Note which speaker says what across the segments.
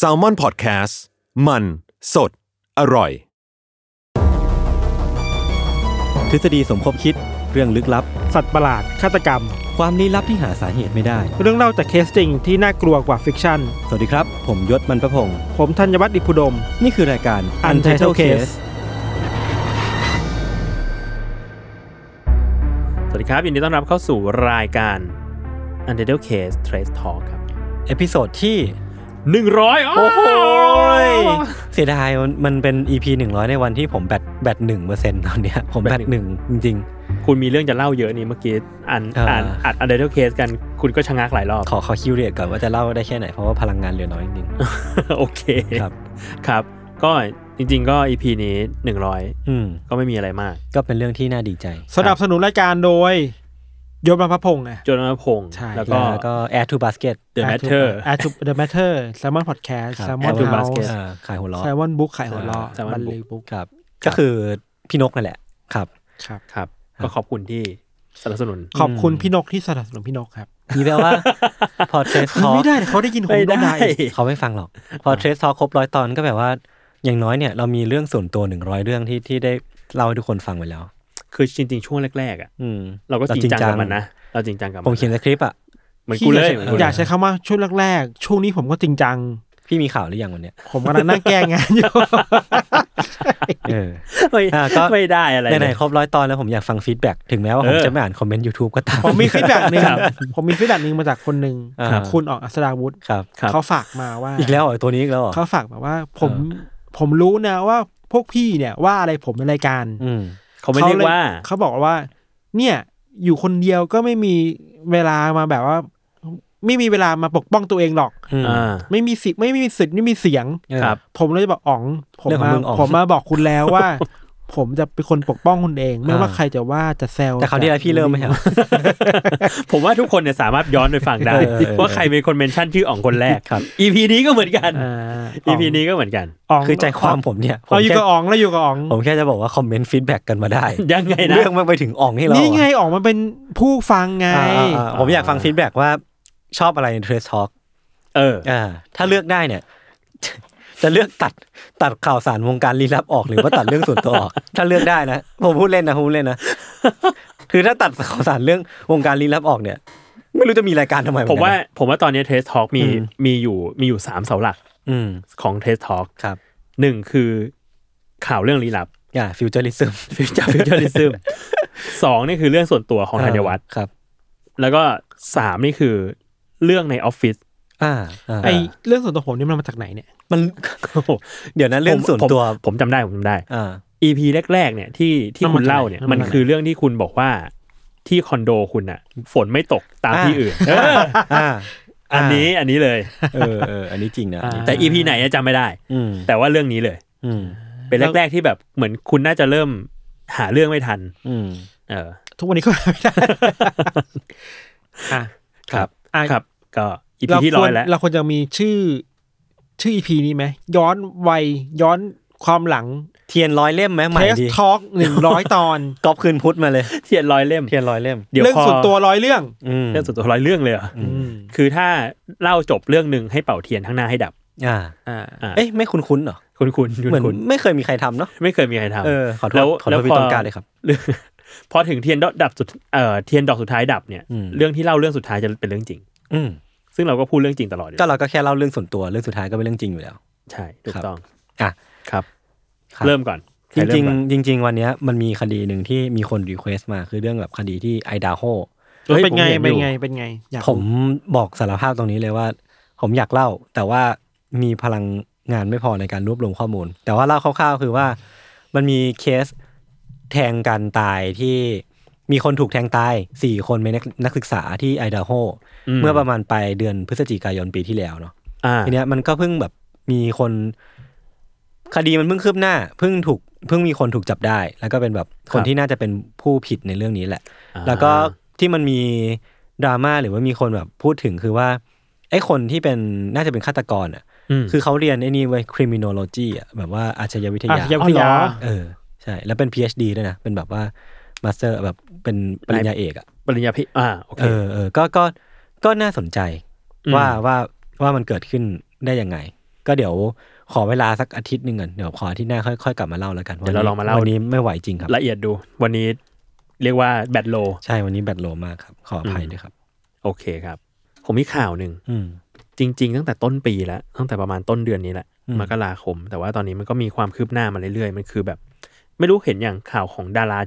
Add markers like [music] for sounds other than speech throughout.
Speaker 1: s a l m o n PODCAST มันสดอร่อย
Speaker 2: ทฤษฎีสมคบคิดเรื่องลึกลับ
Speaker 3: สัตว์ประหลาด ฆาตกรรม
Speaker 2: ความลี้ลับที่หาสาเหตุไม่ได้
Speaker 3: เรื่องเล่าจากเคสจริงที่น่ากลัวกว่าฟิกชั่น
Speaker 2: สวัสดีครับ ผมยศมันประพงศ์
Speaker 3: ผมธัญวัฒน์อิพุดม
Speaker 2: นี่คือรายการ
Speaker 3: Untitled Case
Speaker 4: สวัสดีครับยินดีต้อนรับเข้าสู่รายการ u n d e r t a l e Case Trace Talk ครับ
Speaker 2: เอพิโซดที่
Speaker 4: หนึ่งร้อยโอ้โห
Speaker 2: เสียดายมันมันเป็น EP 100 ในวันที่ผมแบตแบตหนึ่งเปอร์เซ็นต์ตอนเนี้ย [laughs] ผมแบตหนึ่งจริง
Speaker 4: คุณมีเรื่องจะเล่าเยอะนี่เมื่อกี้อ่าน
Speaker 2: อ่า
Speaker 4: อ่านอัด u n d e r t a l e Case กันคุณก็ชะงักหลายรอบ
Speaker 2: ๆ ขอขอคิวเรียก่อนว่าจะเล่าได้แค่ไหน เพราะว่าพลังงานเหลือน้อยจ
Speaker 4: [laughs]
Speaker 2: ริง
Speaker 4: โอเค
Speaker 2: ครับ
Speaker 4: ครับ ก็จริง ๆ ก็ EP นี้ 100
Speaker 2: ๆอืม
Speaker 4: ก็ไม่มีอะไรมาก
Speaker 2: ก็เป็นเรื่องที่น่าดีใจ
Speaker 3: สนับสนุนรายการโดยยศมาพพงษ์ไง
Speaker 4: โจนนพงศ์
Speaker 3: ใช่
Speaker 4: แล้ว
Speaker 2: แล้
Speaker 4: ก็
Speaker 2: วก็ Air to Basket
Speaker 4: The Matter
Speaker 3: แอทูเดอะแมทเทอร์แซมมอนพอดแคสต์
Speaker 2: ครับ
Speaker 3: แซมมอน
Speaker 2: Air to
Speaker 3: เฮา
Speaker 2: Basket
Speaker 3: ส์
Speaker 2: อ่าขายหัวล้อ
Speaker 3: แซมมอนบุ๊กไข่หัวล้อ
Speaker 4: แซมมอน
Speaker 3: บันลีบุ๊ก
Speaker 2: ครับ ก็คือพี่นกนั่นแหละครับ
Speaker 3: ครับ
Speaker 4: ครับ ก็ขอบคุณที่สนับสนุน
Speaker 3: ขอบคุณพี่นกที่สนับสนุนพี่นกครับ
Speaker 2: มีแปลว่า พอเทสทอ
Speaker 3: ไม่ได้เลยเขาได้ยินหูน
Speaker 4: ไม่
Speaker 3: ก
Speaker 4: ได้
Speaker 3: ได้อีก
Speaker 2: เขาไม่ฟังหรอก พอเทรสทอครบร้อยตอนก็แบบว่า อย่างน้อยเนี่ยเรามีเรื่องส่วนตัวหนึ่งร้อยเรื่องที่ที่ได้เล่าให้ทุกคนฟังไปแล้ว
Speaker 4: คือจริง ๆ ช่วงแรก ๆ อ่ะ
Speaker 2: อืม
Speaker 4: เราก็จริงจังกับมันนะ เราจริงจังกับมั
Speaker 2: ผมเขียนสคริปต์อ่ะ
Speaker 4: เหมือนกูเลย
Speaker 3: พี่
Speaker 4: เหมื
Speaker 3: อาน ใช้
Speaker 4: กูเล
Speaker 3: อยากใช้คำว่าช่วงแรกๆ ช่วงนี้ผมก็จริงจัง
Speaker 2: พี่มีข่าวหรือยังวันเนี้ย
Speaker 3: ผมกำลังนั่งแก้งาน
Speaker 4: [laughs]
Speaker 3: อยู่
Speaker 2: เออ
Speaker 4: ไม่
Speaker 2: อ่าก็
Speaker 4: ไม่ได้อะไร
Speaker 2: ไหน
Speaker 4: เลย
Speaker 2: ๆครบร้อยตอนแล้วผมอยากฟังฟีดแบ็กถึงแม้ว่า
Speaker 4: เออ
Speaker 2: ผมจะไม่อ่านคอมเมนต์ YouTube ก็ตาม
Speaker 3: ผมมีฟีดแบ็กหนึ่ง
Speaker 4: ครับ
Speaker 3: ผมมีฟีดแบ็กหนึ่งมาจากคนหนึ่ง
Speaker 2: ครับ
Speaker 3: คุณออกอัศดาวุฒิ
Speaker 2: ครับ
Speaker 4: ครับ
Speaker 3: เขาฝากมาว่า
Speaker 2: อีกแล้วเหรอตัวนี้อีกแล้วเหรอ
Speaker 3: เขาฝากแบบว่าผม
Speaker 2: เอ
Speaker 3: ผมรู้นะว่าพวกพี่เนี่ยว่าอะไรผมในรายการ
Speaker 2: อืม
Speaker 4: เขาไม่เรียก
Speaker 3: ล
Speaker 4: ว่า
Speaker 3: เขาบอกว่า เนี่ย อยู่คนเดียวก็ไม่มีเวลามาแบบว่า ไม่มีเวลามาปกป้องตัวเองหรอก
Speaker 2: อืม
Speaker 4: อ่า
Speaker 3: ไม่มีสิทธิ์ไม่มีสิทธิ์ไม่มีเสียง
Speaker 4: ครับ
Speaker 3: ผมเลยบอกอ๋องผม
Speaker 2: เรื่องขอ
Speaker 3: มาง
Speaker 2: มึงอ๋อง
Speaker 3: ผมมาบอกคุณแล้วว่า [laughs] ผมจะเป็นคนปกป้องคุณเอง ไม่ว่า
Speaker 2: อ่า
Speaker 3: ใครจะว่าจะแซว
Speaker 2: แต่คราวนี้แล้วพี่เริ่มไหมครับ
Speaker 4: ผมว่าทุกคนเนี่ยสามารถย้อนไปฟังได้
Speaker 2: เออเออ
Speaker 4: ว่าใครเป็นคนเมนชั่นชื่ออ่องคนแรก
Speaker 2: ครับ
Speaker 4: EP นี้ก็เหมือนกัน
Speaker 3: อ่า
Speaker 4: EP นี้ก็เหมือนกัน
Speaker 3: อ๋อง
Speaker 2: คือใจความผมเนี่ยผม
Speaker 3: เราอยู่
Speaker 2: แค่
Speaker 3: กับอ๋องแล้วอยู่กับอ๋อง
Speaker 2: ผมแค่จะบอกว่าคอมเมนต์ฟีดแบ็กกันมาได้
Speaker 4: ยังไงนะ
Speaker 2: เรื่องมันไปถึงอ่องให้เราอะ
Speaker 3: นี่ไงอ๋องมันเป็นผู้ฟังไง
Speaker 2: อ่าอ่าอ่าผมอยากฟังฟีดแบ็กว่าชอบอะไรในเทรสทอล์ก
Speaker 4: เออ
Speaker 2: อ่าถ้าเลือกได้เนี่ย [laughs] จะเลือกตัดตัดข่าวสารวงการลี้ลับออกหรือว่าตัดเรื่องส่วนตัวออก [laughs] ถ้าเลือกได้นะผมพูดเล่นนะผมพูดเล่นนะ [laughs] คือถ้าตัดข่าวสารเรื่องวงการลี้ลับออกเนี่ย ไม่รู้จะมีรายการทำไมเห
Speaker 4: ผ
Speaker 2: อนกัน
Speaker 4: ม
Speaker 2: นะ
Speaker 4: ว่าผมว่าตอนนี้เทสทอ a l k มี
Speaker 2: อืม
Speaker 4: มีอยู่มีอยู่สามเสาหลัก
Speaker 2: อืม
Speaker 4: ของเทสทอ a l k
Speaker 2: ครับ
Speaker 4: หนึ่งคือข่าวเรื่องลี้ลับ
Speaker 2: อ่าฟิวเจอ [laughs] ริซึม
Speaker 4: ฟิวเจอร์ฟิวเจอริซึมสองนี่คือเรื่องส่วนตัว [laughs] ของธัญวัฒน์
Speaker 2: ครับ
Speaker 4: แล้วก็สามนี่คือเรื่องในออฟฟิศ
Speaker 2: อ่าอ่า
Speaker 3: ไอเรื่องส่วนตัวผมนี่มันมาจากไหนเนี่ย
Speaker 2: มัน [laughs] เดี๋ยวนะเรื่องส่วน
Speaker 4: ผม
Speaker 2: ตัว
Speaker 4: ผมจำได้ผมจำได้
Speaker 2: อ่า
Speaker 4: EP แรก ๆ เนี่ยที่ที่คุณเล่าเนี่ย
Speaker 3: มั
Speaker 4: มันน
Speaker 3: มาจากไหน
Speaker 4: คือเรื่องที่คุณบอกว่าที่คอนโดคุณอะฝนไม่ตกตาม
Speaker 2: อ่า
Speaker 4: ที่อื่นเออ
Speaker 2: อ่า
Speaker 4: อันนี้อันนี้เลย
Speaker 2: เออเอออันนี้จริงนะอันนี้
Speaker 4: แต่ EP ไหนอะจำไม่ได้
Speaker 2: อืม
Speaker 4: แต่ว่าเรื่องนี้เลย
Speaker 2: อืม
Speaker 4: เป็นแรก ๆ ที่แบบเหมือนคุณน่าจะเริ่มหาเรื่องไม่ทัน
Speaker 2: อืม
Speaker 4: เออ
Speaker 3: ทุกวันนี้ก็หาไม่ได้ [laughs] อ่ะ
Speaker 4: ครับ
Speaker 3: อ่ะ
Speaker 4: ครับ ก็ EP
Speaker 3: เรา
Speaker 4: ที่
Speaker 3: ค
Speaker 4: ร้
Speaker 3: ว
Speaker 4: อ
Speaker 3: ร
Speaker 4: ยแล้ว
Speaker 3: เราควรจะมีชื่อ ชื่ออีพีนี้ไหมย้อนวัยย้อนความหลัง
Speaker 2: เทียนร้อยเล่มไหมใหม่
Speaker 3: เทส
Speaker 2: ดี
Speaker 3: ทอล์กหนึ่งร้อยตอน
Speaker 2: ก๊อปคืนพุทธมาเลย
Speaker 4: เทียนร้อยเล่ม
Speaker 2: เทียนร้อยเล่ม
Speaker 4: เดี๋ยว
Speaker 3: เรื่อง
Speaker 4: พอ
Speaker 3: ส่วนตัวร้อยเรื่อง
Speaker 2: อืม
Speaker 4: เรื่องส่วนตัวร้อยเรื่องเลยเหรอ
Speaker 2: อืม
Speaker 4: คือถ้าเล่าจบเรื่องหนึ่งให้เป่าเทียนข้างหน้าให้ดับ
Speaker 2: อ่า
Speaker 3: อ่า
Speaker 4: อ่า
Speaker 2: เอ๊ะ ไม่คุ้นคุ้นๆเหรอ
Speaker 4: คุณคุณ
Speaker 2: เหมือน
Speaker 4: คุณ
Speaker 2: ไม่เคยมีใครทำเนาะ
Speaker 4: ไม่เคยมีใครทำ
Speaker 2: เออขอโทษ
Speaker 4: แล้ว
Speaker 2: ขอโทษ
Speaker 4: แล้ว
Speaker 2: พี่ต้องการเลยครับ
Speaker 4: เอง [laughs] พอถึงเทียนดอกดับสุดเอ่อเทียนดอกสุดท้ายดับเนี่ย
Speaker 2: อืม
Speaker 4: เรื่องที่เล่าเรื่องสุดท้ายจะเป็นเรื่องจริง
Speaker 2: อืม
Speaker 4: ซึ่งเราก็พูดเรื่องจริงตลอดอยู่
Speaker 2: ก็เราก็แค่เล่าเรื่องส่วนตัว เรื่องสุดท้ายก็เป็นเรื่องจริงอยู่แล้ว
Speaker 4: ใช่ถูกต้อง
Speaker 2: อ่ะ
Speaker 4: ครับ
Speaker 2: ครับ
Speaker 4: เริ่มก่อนใค
Speaker 2: จริง
Speaker 4: เม
Speaker 2: จริงๆ
Speaker 4: ก่อน
Speaker 2: จริง ๆ วันเนี้ยมันมีคดีหนึ่งที่มีคนรีเควสมาคือเรื่องแบบคดีที่ไอดาโฮ
Speaker 3: เออเป็นไง
Speaker 4: ฮ้ยผม
Speaker 3: เป็น
Speaker 4: ห็อยู่
Speaker 3: ไงเป็นไง อยาก
Speaker 2: ผมบอกสารภาพตรงนี้เลยว่า ผมอยากเล่า แต่ว่ามีพลังงานไม่พอในการรวบรวมข้อมูล แต่ว่าเล่าคร่าวๆ คือว่า มันมีเคสแทงกันตายที่ มีคนถูกแทงตายสี่คนเป็นนักนักศึกษาที่ไอดาโฮเมื่อประมาณปลายเดือนพฤศจิกายนปีที่แล้วเนาะ
Speaker 4: อ่า
Speaker 2: ทีเนี้ยมันก็เพิ่งแบบมีคนคดีมันเพิ่งคืบหน้าเพิ่งถูกเพิ่งมีคนถูกจับได้ แล้วก็เป็นแบบคนที่น่าจะเป็นผู้ผิดในเรื่องนี้แหละ แล้วก็ที่มันมีดราม่าหรือว่ามีคนแบบพูดถึงคือว่าไอ้คนที่เป็นน่าจะเป็นฆาตกรอ่ะ
Speaker 4: คื
Speaker 2: คือ อเขาเรียนไอ้นี่เว้ย criminology อ่ะแบบว่าอาชญาวิท
Speaker 3: อ่ะ
Speaker 2: ยา
Speaker 3: ยังพิยา
Speaker 4: อ๋อเหรอ
Speaker 2: เออ ใช่ แล้วเป็น PhD ด้วยนะ เป็นแบบว่ามาสเตอร์แบบเป็นปริญญาเอกอ่ะ
Speaker 4: ปริญญาพิอ่าโอเค
Speaker 2: เออเออก็ก็ก็น่าสนใจ
Speaker 4: อืม
Speaker 2: ว่าว่าว่ามันเกิดขึ้นได้ยังไง ก็เดี๋ยวขอเวลาสักอาทิตย์หนึ่งก่อนเดี๋ยวขออาที่หน้าค่อยค่อยกลับมาเล่าแล้วกัน
Speaker 4: เดี๋ยวเราลองมาเล่า
Speaker 2: วันนี้ไม่ไหวจริงครับ
Speaker 4: ละเอียดดู วันนี้เรียกว่าแบทโล
Speaker 2: ใช่วันนี้แบตโลมากครับ ขออภัย
Speaker 4: อืม
Speaker 2: ด้วยครับ
Speaker 4: โอเคครับ ผมมีข่าวหนึ่ง
Speaker 2: อืม
Speaker 4: จริง ๆ ตั้งแต่ต้นปีแล้ว ตั้งแต่ประมาณต้นเดือนนี้แหละ
Speaker 2: อืม
Speaker 4: มกราคม แต่ว่าตอนนี้มันก็มีความคืบหน้ามาเรื่อยๆ มันคือแบบ ไม่รู้เห็นอย่างข่าวของดารา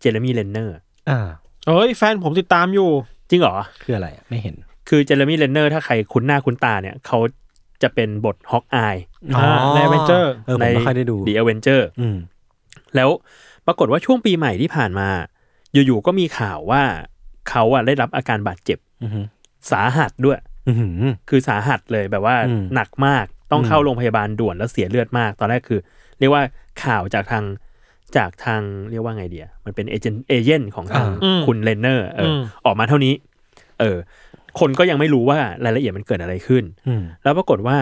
Speaker 4: เจเรมีเลนเนอร์
Speaker 2: อ่า
Speaker 3: เอ้ยแฟนผมติดตามอยู่
Speaker 4: จริงเหรอ
Speaker 2: คืออะไรอะไม่เห็น
Speaker 4: คือเจเรมีเลนเนอร์ถ้าใครคุ้นหน้าคุ้นตาเนี่ย เขาจะเป็นบทฮอกอาย
Speaker 3: อ่าใน Avenger
Speaker 2: เออผมไม่ค่อยได้ดู
Speaker 4: ดีเอเวนเจอร์
Speaker 2: อืม
Speaker 4: แล้วปรากฏว่าช่วงปีใหม่ที่ผ่านมา อยู่ๆก็มีข่าวว่าเขาอะได้รับอาการบาดเจ็บ
Speaker 2: อือหือ
Speaker 4: สาหัสด้วย
Speaker 2: อื้อหือ
Speaker 4: คือสาหัสเลยแบบว่า
Speaker 2: อืม
Speaker 4: หนักมากต้อง
Speaker 2: อืม
Speaker 4: เข้าโรงพยาบาลด่วนแล้วเสียเลือดมาก ตอนแรกคือ เรียกว่าข่าวจากทางจากทางเรียกว่าไงเดียมันเป็นเอเจนต์เอเย่นของทาง
Speaker 3: อ่าอืม
Speaker 4: คุณเลนเนอร์เอออ
Speaker 3: ม
Speaker 4: ออกมาเท่านี้ เออ คนก็ยังไม่รู้ว่ารายละเอียดมันเกิดอะไรขึ้น
Speaker 2: อืม
Speaker 4: แล้วปรากฏว่า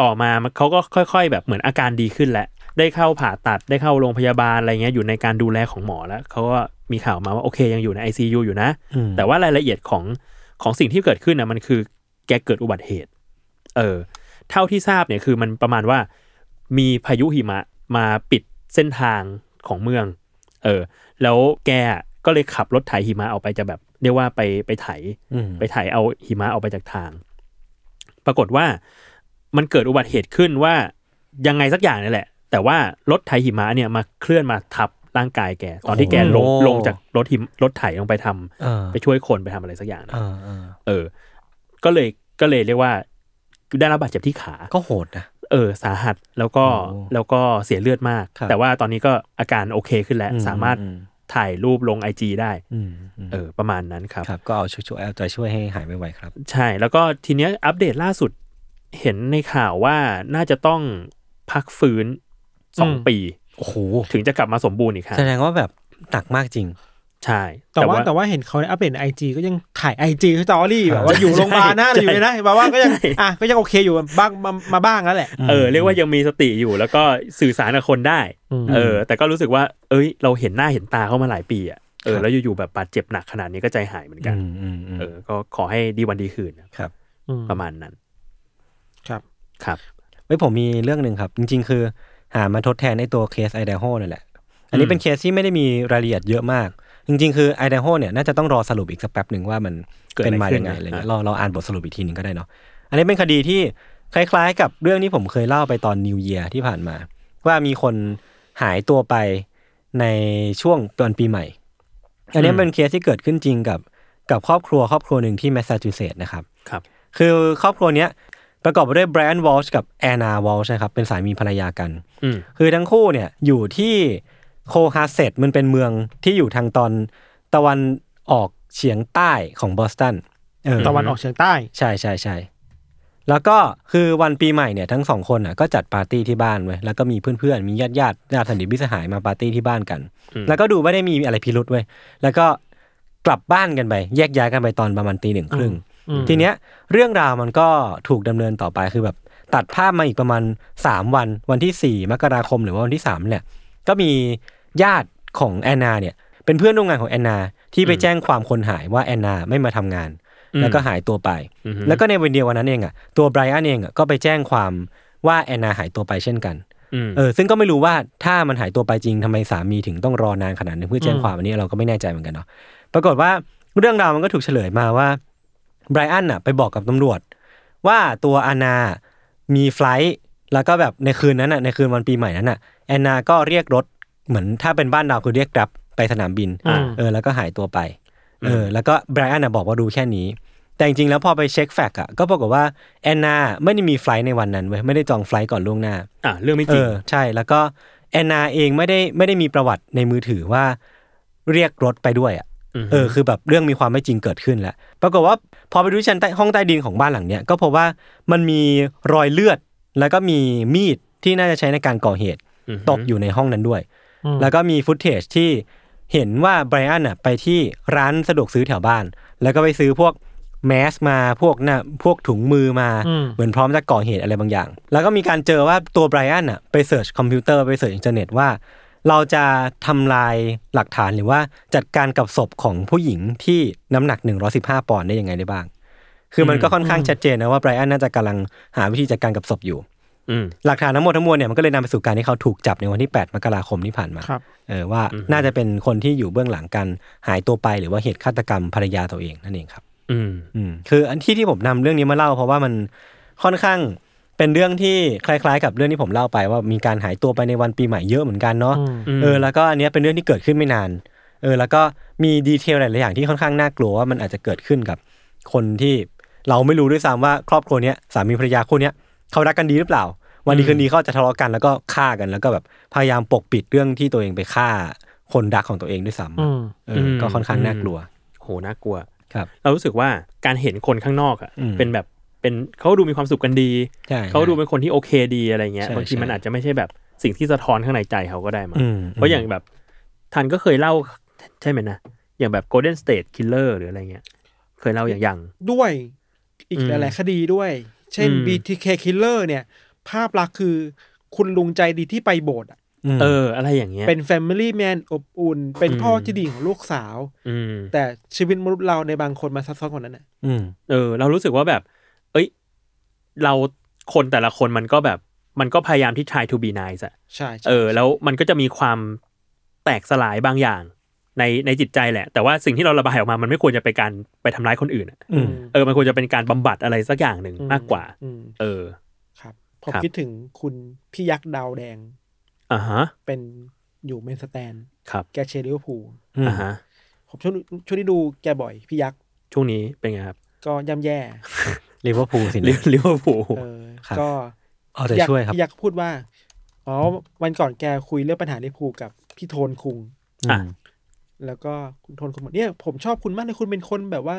Speaker 4: ต่อมามันเขาก็ค่อย ๆ แบบเหมือนอาการดีขึ้นแล้วได้เข้าผ่าตัดได้เข้าโรงพยาบาลอะไรเงี้ยอยู่ในการดูแลของหมอแล้วเขาก็มีข่าวมาว่าโอเคยังอยู่ใน ICU อยู่นะ
Speaker 2: อืม
Speaker 4: แต่ว่ารายละเอียดของของสิ่งที่เกิดขึ้นนะมันคือแกเกิดอุบัติเหตุ เออ เท่าที่ทราบเนี่ยคือมันประมาณว่ามีพายุหิมะมาปิดเส้นทางของเมือง เออ แล้วแกก็เลยขับรถไถหิมะออกไปจะแบบเรียกว่าไปไปไถ
Speaker 2: อืม
Speaker 4: ไปไถ่ายเอาหิมะออกไปจากทาง ปรากฏว่ามันเกิดอุบัติเหตุขึ้นว่ายังไงสักอย่างนี่แหละ แต่ว่ารถไถหิมะเนี่ยมาเคลื่อนมาทับร่างกายแก ตอนที่แกลงลงจากรถหิมรถไถลงไปทำ
Speaker 2: เออ
Speaker 4: ไปช่วยคนไปทำอะไรสักอย่างนะ
Speaker 2: เออเออ
Speaker 4: เออ ก็เลยก็เลยเรียกว่าได้รับบาดเจ็บที่ขา
Speaker 2: ก็โหดนะ
Speaker 4: เออสาหัสแล้วก็
Speaker 2: โอ้
Speaker 4: แล้วก็เสียเลือดมาก
Speaker 2: ครับ
Speaker 4: แต่ว่าตอนนี้ก็อาการโอเคขึ้นแล้ว สามารถ
Speaker 2: อืม
Speaker 4: ถ่ายรูปลงไอจีได้
Speaker 2: อืมอืม
Speaker 4: เออ ประมาณนั้นครับ
Speaker 2: ครับก็เอาช่วยช่วยเอาใจช่วยให้หายไวๆครับ
Speaker 4: ใช่ แล้วก็ทีเนี้ยอัปเดตล่าสุดเห็นในข่าวว่าน่าจะต้องพักฟื้นสอง
Speaker 3: อืม
Speaker 4: ปี
Speaker 2: โอ้โห
Speaker 4: ถึงจะกลับมาสมบูรณ์อีกครั้ง
Speaker 2: แสดงว่าแบบหนักมากจริง
Speaker 4: ใช่
Speaker 3: แต่ว่าแต่ว่าเห็นเขาในอัปเดตไอจีก็ยังถ่ายไอจีสตอรี่แบบว่า
Speaker 2: ใช่
Speaker 3: อยู่โรงพยาบาลนะอะไรอยู่เลยนะแบบว่าก็ยังอ่ะก็ยังโอเคอยู่บ้างมามาบ้างแล้วแหละ
Speaker 4: เออเรียกว่ายังมีสติอยู่แล้วก็สื่อสารกับคนได้
Speaker 3: อืม
Speaker 4: เออ แต่ก็รู้สึกว่า เอ้ย เราเห็นหน้าเห็นตาเข้ามาหลายปีอ่ะ
Speaker 2: ค
Speaker 4: เอ
Speaker 2: รั
Speaker 4: อบ แล้วอยู่ๆแบบบาดเจ็บหนักขนาดนี้ก็ใจหายเหมือนกัน
Speaker 2: อืมอืมอืม
Speaker 4: เออ ก็ขอให้ดีวันดีคืนนะครับ
Speaker 3: อืม
Speaker 4: ประมาณนั้น
Speaker 3: ครับ
Speaker 4: ครับ
Speaker 2: เฮ้ยผมมีเรื่องหนึ่งครับ จริง ๆ คือ หามาทดแทนในตัวเคสไอเดโฮนั่นแหละ อันนี้เป็นเคสที่ไม่ได้มีรายละเอียดเยอะมาก จริง ๆ คือไอเดโฮเนี่ยน่าจะต้องรอสรุปอีกสักแป๊บหนึ่งว่ามัน
Speaker 4: เกิด
Speaker 2: เป็นมา
Speaker 4: อะไรขึ้
Speaker 2: ยั
Speaker 4: น
Speaker 2: งไง
Speaker 4: นะ
Speaker 2: อะไรเงี้ยเราเราอ่านบทสรุปอีกทีหนึงก็ได้เนาะอันนี้เป็นคดีที่คล้าย ๆ กับเรื่องที่ผมเคยเล่าไปตอนนิวเยียที่ผ่านมา ว่ามีคนหายตัวไปในช่วงตอนปีใหม่ อันนี้
Speaker 4: อืม
Speaker 2: เป็นเคสที่เกิดขึ้นจริงกับกับครอบครัวครอบครัวหนึ่งที่แมสซาชูเซตส์นะครับ
Speaker 4: ครับ
Speaker 2: คือครอบครัวเนี้ยประกอบไปด้วยแบรนด์วอลช์กับแอนนาวอลช์นะครับ เป็นสามีภรรยากัน
Speaker 4: อืม
Speaker 2: คือทั้งคู่เนี่ยอยู่ที่โคฮาเซตมันเป็นเมืองที่อยู่ทางตอนตะวันออกเฉียงใต้ของบอสตันเออ
Speaker 3: ตะวันออกเฉียงใต้
Speaker 2: ใช่ใช่ใช่แล้วก็คือวันปีใหม่เนี่ยทั้งสองคนอ่ะก็จัดปาร์ตี้ที่บ้านเว้ยแล้วก็มีเพื่อนๆ มีญาติญาติญาติสนิทมิตรสหายมาปาร์ตี้ที่บ้านกัน
Speaker 4: อืม
Speaker 2: แล้วก็ดูไม่ได้มีอะไรพิรุษเว้ยแล้วก็กลับบ้านกันไปแยกย้ายกันไปตอนประมาณตีหนึ่งครึ่ง
Speaker 3: อืม
Speaker 2: ทีเนี้ยเรื่องราวมันก็ถูกดำเนินต่อไปคือแบบตัดภาพมาอีกประมาณ 3 วัน วันที่ 4 มกราคมหรือว่าวันที่3เนี่ยก็มีญาติของแอนนาเนี่ยเป็นเพื่อนร่วมงานของแอนนาที่ไป
Speaker 4: อืม
Speaker 2: แจ้งความคนหายว่าแอนนาไม่มาทำงาน แล้วก็หายตัวไป
Speaker 4: อืม
Speaker 2: แล้วก็ในวันเดียววันนั้นเองอ่ะตัวไบรอันเองอ่ะก็ไปแจ้งความว่าแอนนาหายตัวไปเช่นกัน
Speaker 4: อืม
Speaker 2: เออซึ่งก็ไม่รู้ว่าถ้ามันหายตัวไปจริงทำไมสามีถึงต้องรอนานขนาดนั้นเพื่อแจ้งความอันนี้เราก็ไม่แน่ใจเหมือนกันเนาะปรากฏว่าเรื่องราวมันก็ถูกเฉลยมาว่า ไบรอันน่ะไปบอกกับตำรวจ ว่าตัวอานามีไฟลท์แล้วก็แบบในคืนนั้นน่ะในคืนวันปีใหม่นั้นน่ะแอนนาก็เรียกรถเหมือนถ้าเป็นบ้านเราคือเรียกกรับไปสนามบิน
Speaker 3: อืม
Speaker 2: เออแล้วก็หายตัวไปเออแล้วก็ไบรอันน่ะบอกว่าดูแค่นี้ แต่จริงๆแล้วพอไปเช็คแฟกต์อ่ะก็ปรากฏว่าแอนนาไม่ได้มีไฟลท์ในวันนั้นเว้ยไม่ได้จองไฟลท์ก่อนล่วงหน้า
Speaker 4: อ่ะเรื่องไม่
Speaker 2: เอ
Speaker 4: จริง
Speaker 2: อใช่แล้วก็แอนนาเองไม่ได้ไม่ได้มีประวัติในมือถือว่า เรียกรถไปด้วยอ่ะ
Speaker 4: ม
Speaker 2: เออคือแบบเรื่องมีความไม่จริงเกิดขึ้นแล้วปรากฏว่าพอไปดูชั้นใต้ห้องใต้ดินของบ้านหลังเนี้ยก็พบว่ามันมีรอยเลือด แล้วก็มีมีดที่น่าจะใช้ในการก่อเหตุ
Speaker 4: ม
Speaker 2: ตกอยู่ในห้องนั้นด้วย
Speaker 3: อืม
Speaker 2: แล้วก็มีฟุตเทจที่เห็นว่าไบรอันอ่ะไปที่ร้านสะดวกซื้อแถวบ้าน แล้วก็ไปซื้อพวกแมสมาพวกหน้าพวกถุงมือมา
Speaker 3: อืม
Speaker 2: เหมือนพร้อมจะก่อเหตุอะไรบางอย่าง แล้วก็มีการเจอว่าตัวไบรอันอ่ะไปเสิร์ชคอมพิวเตอร์ไปเสิร์ชอินเทอร์เน็ตว่า เราจะทำลายหลักฐานหรือว่าจัดการกับศพของผู้หญิงที่น้ำหนัก 115 ปอนด์ได้ยังไงได้บ้าง คือมันก็ค่อนข้างชัดเจนนะว่าไบรอันน่าจะกำลังหาวิธีจัดการกับศพอยู่
Speaker 4: อืม
Speaker 2: หลักฐานทั้งหมดทั้งมวลเนี่ยมันก็เลยนำไปสู่การที่เขาถูกจับในวันที่ 8 มกราคมที่ผ่านมา
Speaker 3: ครับ
Speaker 2: เออว่า
Speaker 4: อืม
Speaker 2: น่าจะเป็นคนที่อยู่เบื้องหลังการหายตัวไปหรือว่าเหตุฆาตกรรมภรรยาตัวเองนั่นเองครับ
Speaker 4: อืม
Speaker 2: อืมคืออันที่ที่ผมนำเรื่องนี้มาเล่า เพราะว่ามันค่อนข้างเป็นเรื่องที่คล้ายๆ กับเรื่องที่ผมเล่าไป ว่ามีการหายตัวไปในวันปีใหม่เยอะเหมือนกันเนาะ
Speaker 3: อืม
Speaker 4: ม
Speaker 2: เออแล้วก็อันเนี้ยเป็นเรื่องที่เกิดขึ้นไม่นานเออแล้วก็มีดีเทลหลายๆอย่างที่ค่อนข้างน่ากลัวว่ามันอาจจะเกิดขึ้นกับคนที่เราไม่รู้ด้วยซ้ำว่าครอบครัวเนี้ยสามีภรรยาคู่เนี้ยเขารักกันดีหรือเปล่า วันดีคืนดีเขาอาจจะทะเลาะกันแล้วก็ฆ่ากันแล้วก็แบบพยายามปกปิดเรื่องที่ตัวเองไปฆ่าคนรักของตัวเองด้วยซ้ำ
Speaker 3: อื
Speaker 2: อะ
Speaker 3: ม
Speaker 2: เออก็ค่อนข้างน่ากลัว
Speaker 4: โหน่ากลัว
Speaker 2: ครับ
Speaker 4: เรารู้สึกว่าการเห็นคนข้างนอกอ่ะ
Speaker 2: อืม
Speaker 4: เป็นแบบเป็นเขาดูมีความสุขกันดี
Speaker 2: ใช่
Speaker 4: เขาดูเป็นคนที่โอเคดีอะไรเงี้ย
Speaker 2: ใช่
Speaker 4: บางที
Speaker 2: ใช่
Speaker 4: มันอาจจะไม่ใช่แบบสิ่งที่สะท้อนข้างในใจเขาก็ได้มา
Speaker 2: อืม
Speaker 4: เพราะอย่างแบบทันก็เคยเล่าใช่ไหมนะ อย่างแบบ Golden State Killer หรืออะไรเงี้ย เคยเล่าอย่างยัง
Speaker 3: ด้วย อีก
Speaker 4: อืม
Speaker 3: หลาย ๆ คดีด้วย เช่น
Speaker 4: อืม
Speaker 3: BTK Killer เนี่ย ภาพลักษณ์คือคุณลุงใจดีที่ไปโบสถ์อะ
Speaker 2: ม
Speaker 4: เออ อะไรอย่างเงี้ย
Speaker 3: เป็น Family Man อบอุ่น เป็น
Speaker 4: อืม
Speaker 3: พ่อที่ดีของลูกสาว
Speaker 4: อืม
Speaker 3: แต่ชีวิตมนุษย์เราในบางคนมันซับซ้อนกว่านั้นนะ
Speaker 2: อืม
Speaker 4: เออเรารู้สึกว่าแบบ เอ้ย เราคนแต่ละคนมันก็แบบ มันก็พยายามที่ try to be nice อะ
Speaker 3: ใช่ใช่
Speaker 4: เออ แล้วมันก็จะมีความแตกสลายบางอย่าง ในในจิตใจแหละ แต่ว่าสิ่งที่เราระบายออกมามันไม่ควรจะเป็นการไปทำร้ายคนอื่นอะ
Speaker 2: อืม
Speaker 4: เออมันควรจะเป็นการบำบัดอะไรสักอย่างหนึ่งมากกว่า
Speaker 3: อืม
Speaker 4: เออ
Speaker 3: ครับผม
Speaker 4: ครับ
Speaker 3: คิดถึงคุณพี่ยักษ์ดาวแดง
Speaker 4: อ่าฮะ
Speaker 3: เป็นอยู่เมนสแตน
Speaker 4: ครับ
Speaker 3: แกเชียร์ลิเวอร์พูล
Speaker 2: อืม
Speaker 4: อ่าฮะ
Speaker 3: ผมช่วงช่วงนี้ดูแกบ่อยพี่ยักษ์
Speaker 4: ช่วงนี้เป็นไงครับ
Speaker 3: ก็ย่ำแย่
Speaker 2: ลิเวอร์พูลสินะ
Speaker 4: ลิลิเวอร์พูล
Speaker 3: เออ
Speaker 2: ครับ
Speaker 3: ก็
Speaker 2: เอาใจช่วยครับ
Speaker 3: อยากพูดว่า อ๋อ วันก่อนแกคุยเรื่องปัญหาลิเวอร์พูลกับพี่โทนคุง
Speaker 4: อ่ะ
Speaker 2: ม
Speaker 3: แล้วก็คุณโทนคุงบอกเนี่ยผมชอบคุณมากเลยคุณเป็นคนแบบว่า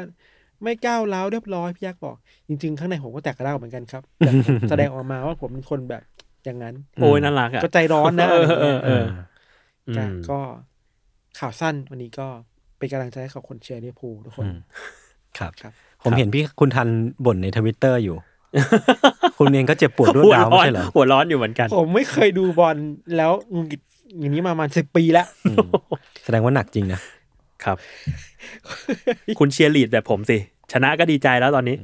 Speaker 3: ไม่ก้าวร้าวเรียบร้อยพี่ยักษ์บอก จริง ๆ ข้างในผมก็แตกกระด้างเหมือนกันครับแต่แสดงออกมาว่าผมเป็นคนแบบอย่างนั้น
Speaker 4: โอ้ยน่ารักอ่ะ
Speaker 3: ก็ใจร้
Speaker 2: [laughs]
Speaker 3: อนนะ
Speaker 4: เออ
Speaker 3: อะไร
Speaker 4: เอ
Speaker 3: เงี้
Speaker 4: อย เอออื
Speaker 3: จ้ะ
Speaker 4: ม
Speaker 3: ก็ข่าวสั้นวันนี้ก็เป็นกำลังใจให้กับคนเชียร์ลิเวอร์พูลทุกคน
Speaker 2: ครับ
Speaker 3: ครับ
Speaker 2: ผมเห็นพี่คุณทันบ่นในทวิตเตอร์อยู่ คุณเองก็เจ็บ
Speaker 4: [laughs]
Speaker 2: ปวดรวดร้าวไม่ใช่เหรอ
Speaker 4: หัวร้อนอยู่เหมือนกัน
Speaker 3: ผมไม่เคยดูบอลแล้วหงุดหงิดอย่างนี้มาประมาณสิบปีแล้ว
Speaker 2: แสดงว่าหนักจริงนะ
Speaker 4: ครับ คุณเชียร์ลีดแบบผมสิ ชนะก็ดีใจแล้วตอนนี้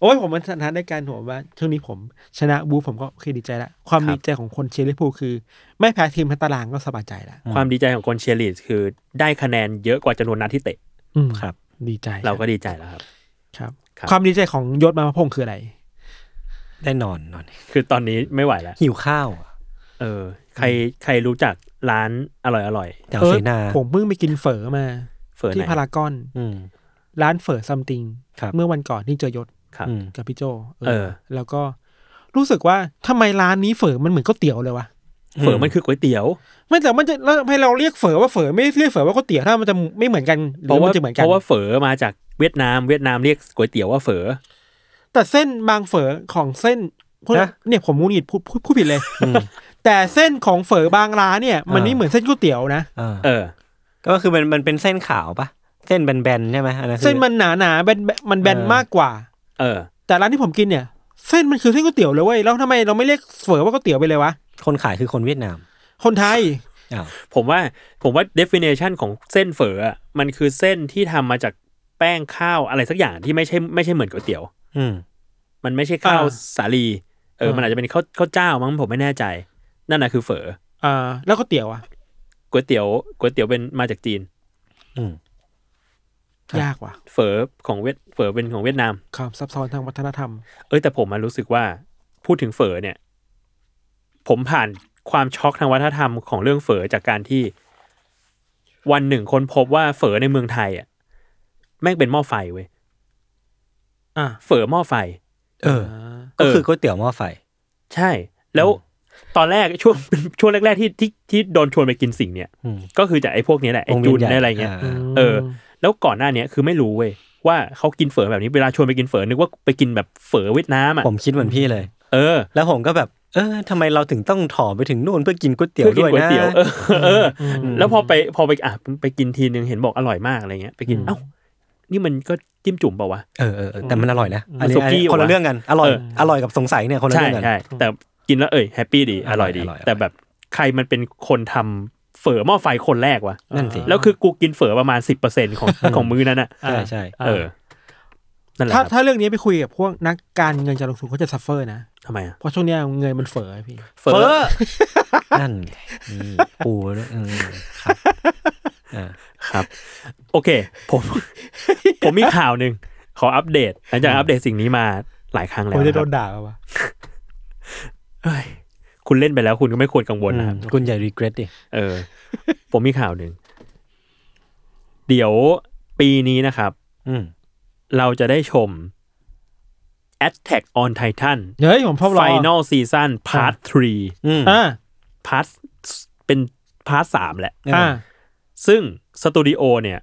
Speaker 3: โอ้ยผมมันสถานในการณ์ผมว่าช่วงนี้ผมชนะบูผมก็โอเคดีใจละความ
Speaker 4: ครับ
Speaker 3: ดีใจของคนเชียร์ลิเวอร์พูลคือ ไม่แพ้ทีมในตารางก็สบายใจละ
Speaker 4: ความดีใจของคนเชียร์ลีดคือได้คะแนนเยอะกว่าจำนวนนัดที่เตะ
Speaker 3: อืม
Speaker 2: ครับ
Speaker 3: ดีใจ
Speaker 4: เราก็ดีใจแล้วครับ
Speaker 3: ครับ
Speaker 4: ครับ
Speaker 3: ความดีใจของยศมาพงษ์คืออะไร
Speaker 2: ได้นอนนอน
Speaker 4: คือตอนนี้ไม่ไหวแล้ว
Speaker 2: หิวข้าวอะ
Speaker 4: เออ ใครใครรู้จักร้านอร่อยอร่อย
Speaker 2: แถว
Speaker 3: เอ
Speaker 2: เส
Speaker 3: อ
Speaker 2: นา
Speaker 3: ผมเพิ่งไปกินเฝอมา
Speaker 4: ๆเฟิร์น
Speaker 3: ที่
Speaker 4: ไหน
Speaker 3: พารากอน
Speaker 2: อืม
Speaker 3: ร้านเฝอซัมติง
Speaker 2: ครับ
Speaker 3: เมื่อวันก่อนที่เจอยศ
Speaker 4: ครับ
Speaker 2: อืม
Speaker 3: กับพี่โจ
Speaker 4: เออ
Speaker 3: แล้วก็รู้สึกว่าทำไมร้านนี้เฝอมันเหมือนก๋วยเตี๋ยวเลยวะ
Speaker 4: เฟิร์นมันคือก๋วยเตี๋ยว
Speaker 3: ไม่แต่มันจะแล้วให้เราเรียกเฝอว่าเฝอไม่เรียกเฝอว่าก๋วยเตี๋ยวถ้ามันจะไม่เหมือนกันห
Speaker 4: เพ
Speaker 3: รือ
Speaker 4: ราะ
Speaker 3: มั
Speaker 4: ว่าน
Speaker 3: จะเหมือนกัน
Speaker 4: เพราะว่าเฝอมาจากเวียดนาม เวียดนามเรียกก๋วยเตี๋ยวว่าเฝอ
Speaker 3: แต่เส้นบางเฝอของเส้นพวก
Speaker 4: ฮะ
Speaker 3: เนี่ยผมมูนิดพูดพูดพูดผิดเลย แต่เส้นของเฝอบางร้านเนี่ย มันไม่เหมือนเส้นก๋วยเตี๋ยวนะ
Speaker 2: อ่า
Speaker 4: เออ
Speaker 2: ก็คือมันมันเป็นเส้นขาวปะเส้นแบนๆใช่ไหมอันนั้นคือ
Speaker 3: เส้นมันหนาหนาๆแบนๆมันแบน
Speaker 2: เออ
Speaker 3: มากกว่า
Speaker 4: เออ
Speaker 3: แต่ร้านที่ผมกินเนี่ย เส้นมันคือเส้นก๋วยเตี๋ยวเลยเว้ยแล้วทำไมเราไม่เรียกเฝอว่าก๋วยเตี๋ยวไปเลยวะ
Speaker 2: คนขายคือคนเวียดนาม
Speaker 3: คนไทย
Speaker 2: อ้าว
Speaker 4: ผมว่าผมว่า definition ของเส้นเฝออะมันคือเส้นที่ทำมาจากแป้งข้าวอะไรสักอย่างที่ไม่ใช่ไม่ใช่เหมือนก๋วยเตี๋ยว
Speaker 2: อืม
Speaker 4: มันไม่ใช่ข้าว
Speaker 3: อ่า
Speaker 4: สาลีเออ มันอาจจะเป็นข้าวข้าวเจ้ามั้งผมไม่แน่ใจ นั่นแหะคือเฝอ
Speaker 3: อ่าแล้วก๋วยเตี๋ยวอ่ะ
Speaker 4: ก๋วยเตี๋ยวก๋วยเตี๋ยวเป็นมาจากจีน
Speaker 2: อืม ครับ
Speaker 3: ยากว่ะ
Speaker 4: เฝอของเวียดเฝอเป็นของเวียดนาม
Speaker 3: ความซับซ้อนทางวัฒนธรรม
Speaker 4: เอ้ยแต่ผมมารู้สึกว่าพูดถึงเฝอเนี่ย ผมผ่านความช็อกทางวัฒนธรรมของเรื่องเฝอจากการที่ วันหนึ่งคนพบว่าเฝอในเมืองไทยอ่ะแม่งเป็นหม้อไฟเว้ย
Speaker 3: อ่ะ
Speaker 4: เฝอหม้อไฟ
Speaker 2: เออ
Speaker 3: า
Speaker 2: ก็คือ
Speaker 4: เออ
Speaker 2: ก๋วยเตี๋ยวหม้อไฟ
Speaker 4: ใช่ แล้ว ตอนแรกช่วง [laughs] ช่วงแรกๆที่ที่ที่โดนชวนไปกินสิ่งเนี่ย
Speaker 2: อืม
Speaker 4: ก็คือจากไอ้พวกเนี้ยแหละไอ้
Speaker 2: วงเวี
Speaker 4: จุ
Speaker 2: ยนให
Speaker 4: น
Speaker 2: ญ่
Speaker 4: อะไรเงี้ย
Speaker 2: า
Speaker 4: เออ แล้วก่อนหน้าเนี้ยคือไม่รู้เว้ยว่าเขากินเฝอแบบนี้เวลาชวนไปกินเฝอนึกว่าไปกินแบบเฝอเวียดนามอ่ะ
Speaker 2: ผมคิดเหมือนพี่เลย
Speaker 4: เออ
Speaker 2: แล้วผมก็แบบ เออทำไมเราถึงต้องถอไปถึงนู่นเพื่อกินก๋วยเตี๋ยว
Speaker 4: พื่อกิ
Speaker 2: ด้วย
Speaker 4: ก๋
Speaker 2: นะ
Speaker 4: เตี๋ยวเออเอออ
Speaker 3: ม
Speaker 4: แล้วพอไปพอไปอ่ะไปกินทีนึงเห็นบอกอร่อยมากอะไรเงี้ยไปกิน
Speaker 2: อืม
Speaker 4: เอ้านี่มันก็จิ้มจุ่มเปล่าวะ
Speaker 2: เออเออเออแต่มันอร่อยนะอันนี้
Speaker 4: สุกี้
Speaker 2: คนละ
Speaker 4: วะ
Speaker 2: เรื่องกันอร่อย
Speaker 4: เออ
Speaker 2: อร่อยกับสงสัยเนี่ยคนละ
Speaker 4: ใช่
Speaker 2: เรื่องกัน
Speaker 4: ใช่แต่กินแล้วเอ้ยแฮปปี้ดีอร่อยดี
Speaker 2: อร่อยอร่อย
Speaker 4: แต่แบบใครมันเป็นคนทำเฝอหม้อไฟคนแรกวะ
Speaker 2: นั่นสิ
Speaker 4: แล้วคือกูกินเฝอประมาณสิบเปอร์เซ็นของของมื้อนั้นอ่ะ
Speaker 2: ใช่ใช่
Speaker 4: เออนั่นแหละค
Speaker 3: ถ้า
Speaker 4: รับ
Speaker 3: ถ้าเรื่องนี้ไปคุยกับพวกนักการเงินการลงทุนเขาจะซัฟเฟอร์นะ
Speaker 4: ทำไมอ่ะ
Speaker 3: เพราะช่วงเนี้ยเงินมันเฟ้อไอ้พี่
Speaker 4: เฝอ
Speaker 2: นั่นไงนี่ปูแล้วเออครับ
Speaker 4: ครับ โอเค ผม [laughs] ผมมีข่าวหนึ่งขออัปเดตหลังจากอัปเดตสิ่งนี้มาหลายครั้ง
Speaker 3: ผ
Speaker 4: แล้ว
Speaker 3: มจะโดน
Speaker 4: ครับ
Speaker 3: ด่าเอาวะ
Speaker 4: เฮ้ยคุณเล่นไปแล้วคุณก็ไม่ควรกังวลนะครับ
Speaker 2: อืมคุณใหญ่รีเกรสดิ
Speaker 4: เออ ผมมีข่าวหนึ่ง เดี๋ยวปีนี้นะครับ
Speaker 2: อืม
Speaker 4: เราจะได้ชม Attack on Titan
Speaker 3: เฮ้ยผมชอบรอ
Speaker 4: Final Season Part
Speaker 2: อืม
Speaker 3: อ่า
Speaker 4: 3 Part เป็น Part 3 แหละ
Speaker 2: อ่า
Speaker 3: อ่า
Speaker 4: ซึ่งสตูดิโอเนี่ย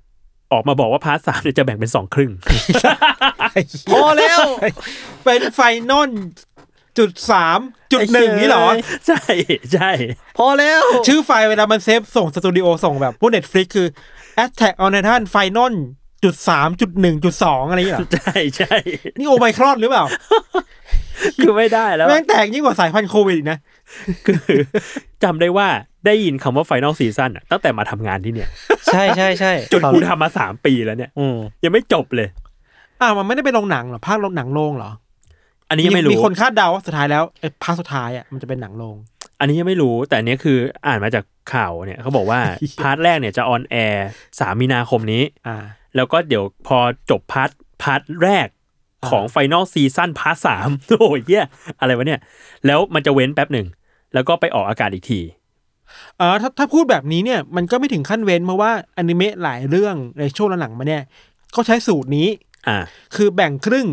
Speaker 4: ออกมาบอกว่า Part 3เนี่ยจะแบ่งเป็น 2 ครึ่ง
Speaker 2: พอแล้ว
Speaker 3: เป็นไฟนอลจุดสามจุดหนึ่งนี่เหรอ
Speaker 4: [laughs] ใช่ ใช่
Speaker 2: พอแล้ว
Speaker 3: ชื่อไฟล์เวลามันเซฟส่งสตูดิโอส่งแบบพวก Netflix คือ Attack on Titan Final จุดสามจุดหนึ่งจุดสองอะไรอย่างเงี้ยเหรอ
Speaker 4: ใช่ใช่
Speaker 3: นี่โอไมครอนหรือเปล่า
Speaker 4: คือไม่ได้แล้ว
Speaker 3: แม่
Speaker 4: อะ
Speaker 3: งแตกยิ่งกว่าสายพันธุ์โควิดอีกนะ
Speaker 4: คือจำได้ว่าได้ยินคำว่า Final Season อะตั้งแต่มาทำงานที่เนี่ย
Speaker 2: ใช่ใช่ใช่
Speaker 4: จนกูทำมา 3 ปีแล้วเนี่ย
Speaker 2: อืม
Speaker 4: ยังไม่จบเลย
Speaker 3: อ่าวมันไม่ได้ไปลงหนังเหรอ ภาคลงหนังโรงเหรอ
Speaker 4: อันนี้ยังไม่รู้
Speaker 3: มีคนคาดเดาว่าสุดท้ายแล้วไอ้ภาคสุดท้ายอ่ะมันจะเป็นหนังโรง
Speaker 4: อันนี้ยังไม่รู้ แต่อันนี้คืออ่านมาจากข่าวเนี่ยเขาบอกว่า พาร์ทแรกเนี่ยจะออนแอร์สามมีนาคมนี้
Speaker 3: อ่า
Speaker 4: แล้วก็เดี๋ยวพอจบพาร์ทพาร์ทแรกของไฟน a ลซีซั่นพาร์ทสาม [laughs] โอ้ยเหี้ยอะไรวะเนี่ย แล้วมันจะเว้นแป๊บหนึ่ง แล้วก็ไปออกอากาศอีกที
Speaker 3: เออถ้าถ้าพูดแบบนี้เนี่ยมันก็ไม่ถึงขั้นเว้นเพราะว่าอนิเมะหลายเรื่องในช่วงหลังๆมาเนี่ยเขาใช้สูตรนี้
Speaker 4: อ่า
Speaker 3: คือแบ่งครึ่ง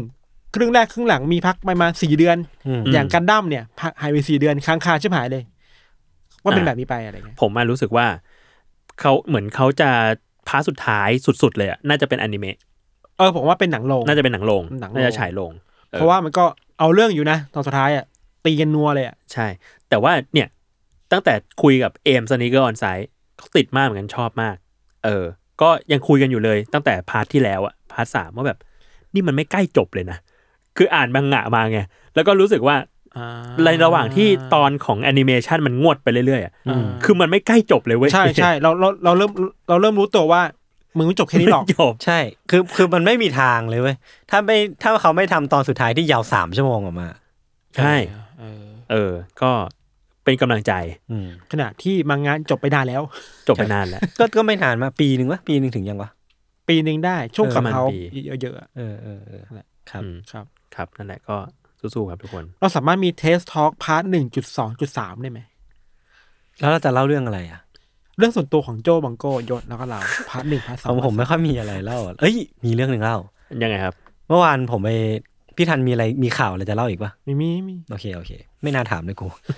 Speaker 3: ครึ่งแรกครึ่งหลังมีพักประมาณสี่เดือน
Speaker 2: อืม
Speaker 3: อย่างกันดั้มเนี่ยพักหายไปสี่เดือนค้างคาชิบหายเลย ว่าเป็นแบบนี้ไปอะไรเงี้ย
Speaker 4: ผมมารู้สึกว่าเขาเหมือนเขาจะพาร์ทสุดท้ายสุดๆเลยอะน่าจะเป็นอนิเมะ
Speaker 3: เออผมว่าเป็นหนังโรง
Speaker 4: น่าจะเป็นหนังโรง
Speaker 3: หนังโรง
Speaker 4: น่าจะฉายโรง
Speaker 3: เพราะว่ามันก็เอาเรื่องอยู่นะตอนสุดท้ายอ่ะตีกันนัวเลยอ่ะ
Speaker 4: ใช่ แต่ว่าเนี่ยตั้งแต่คุยกับเอมสนิเกอร์ออนไซด์เขาติดมากเหมือนกันชอบมาก เออ ก็ยังคุยกันอยู่เลยตั้งแต่พาร์ทที่แล้วอะพาร์ทสามว่าแบบ นี่มันไม่ใกล้จบเลยนะ คืออ่านบังงะมาไง แล้วก็รู้สึกว่าในระหว่างที่ตอนของแอนิเมชันมันงวดไปเรื่อยๆอะ
Speaker 3: อ่า
Speaker 4: คือมันไม่ใกล้จบเลยเว้ย
Speaker 3: ใช่ใช่เราเราเราเริ่มเราเริ่มรู้ตัวว่ามึงไม่จบแค่นี้หรอก
Speaker 4: จบ
Speaker 2: ใช่ คือ คือมันไม่มีทางเลยเว้ย ถ้าไม่ ถ้าเขาไม่ทำตอนสุดท้ายที่ยาวสามชั่วโมงออกมา
Speaker 4: ใช่
Speaker 3: เออ
Speaker 4: เออ ก็เป็นกำลังใจ
Speaker 2: อืม
Speaker 3: ขณะที่มังงานจบไปนานแล้ว
Speaker 4: จบไปนานแล้ว
Speaker 2: ก็ ก็ไม่นานมากปีหนึ่งวะ ปีหนึ่งถึงยังวะ
Speaker 3: ปีหนึ่งได้ช่วง
Speaker 4: เออ
Speaker 3: กับ
Speaker 4: ประมาณ
Speaker 3: เขา
Speaker 4: ปี
Speaker 3: เยอะๆอะ
Speaker 2: เออเออเออครับ
Speaker 4: อืม
Speaker 3: ครับ
Speaker 4: ครับนั่นแหละก็สู้ๆครับทุกคน
Speaker 3: เราสามารถมีเทสทอล์กพาร์ทหนึ่งจุดสองจุดสามได้ไหม
Speaker 2: แล้วเราจะเล่าเรื่องอะไรอ่ะ
Speaker 3: เรื่องส่วนตัวของโจบังโก้ยศแล้วก็เรา พาร์ทหนึ่งพาร์ทส
Speaker 2: ข
Speaker 3: อ
Speaker 2: อง งผมไม่ค่อยมีอะไรเล่าอะเอ้ย มีเรื่องหนึ่งเล่า
Speaker 4: ยังไงครับ
Speaker 2: เมื่อวานผมไป พี่ทันมีอะไร มีข่าวอะไรจะเล่าอีกปะ
Speaker 3: มีมีมี
Speaker 2: โอเค โอเค ไม่น่าถามเลยกู [laughs]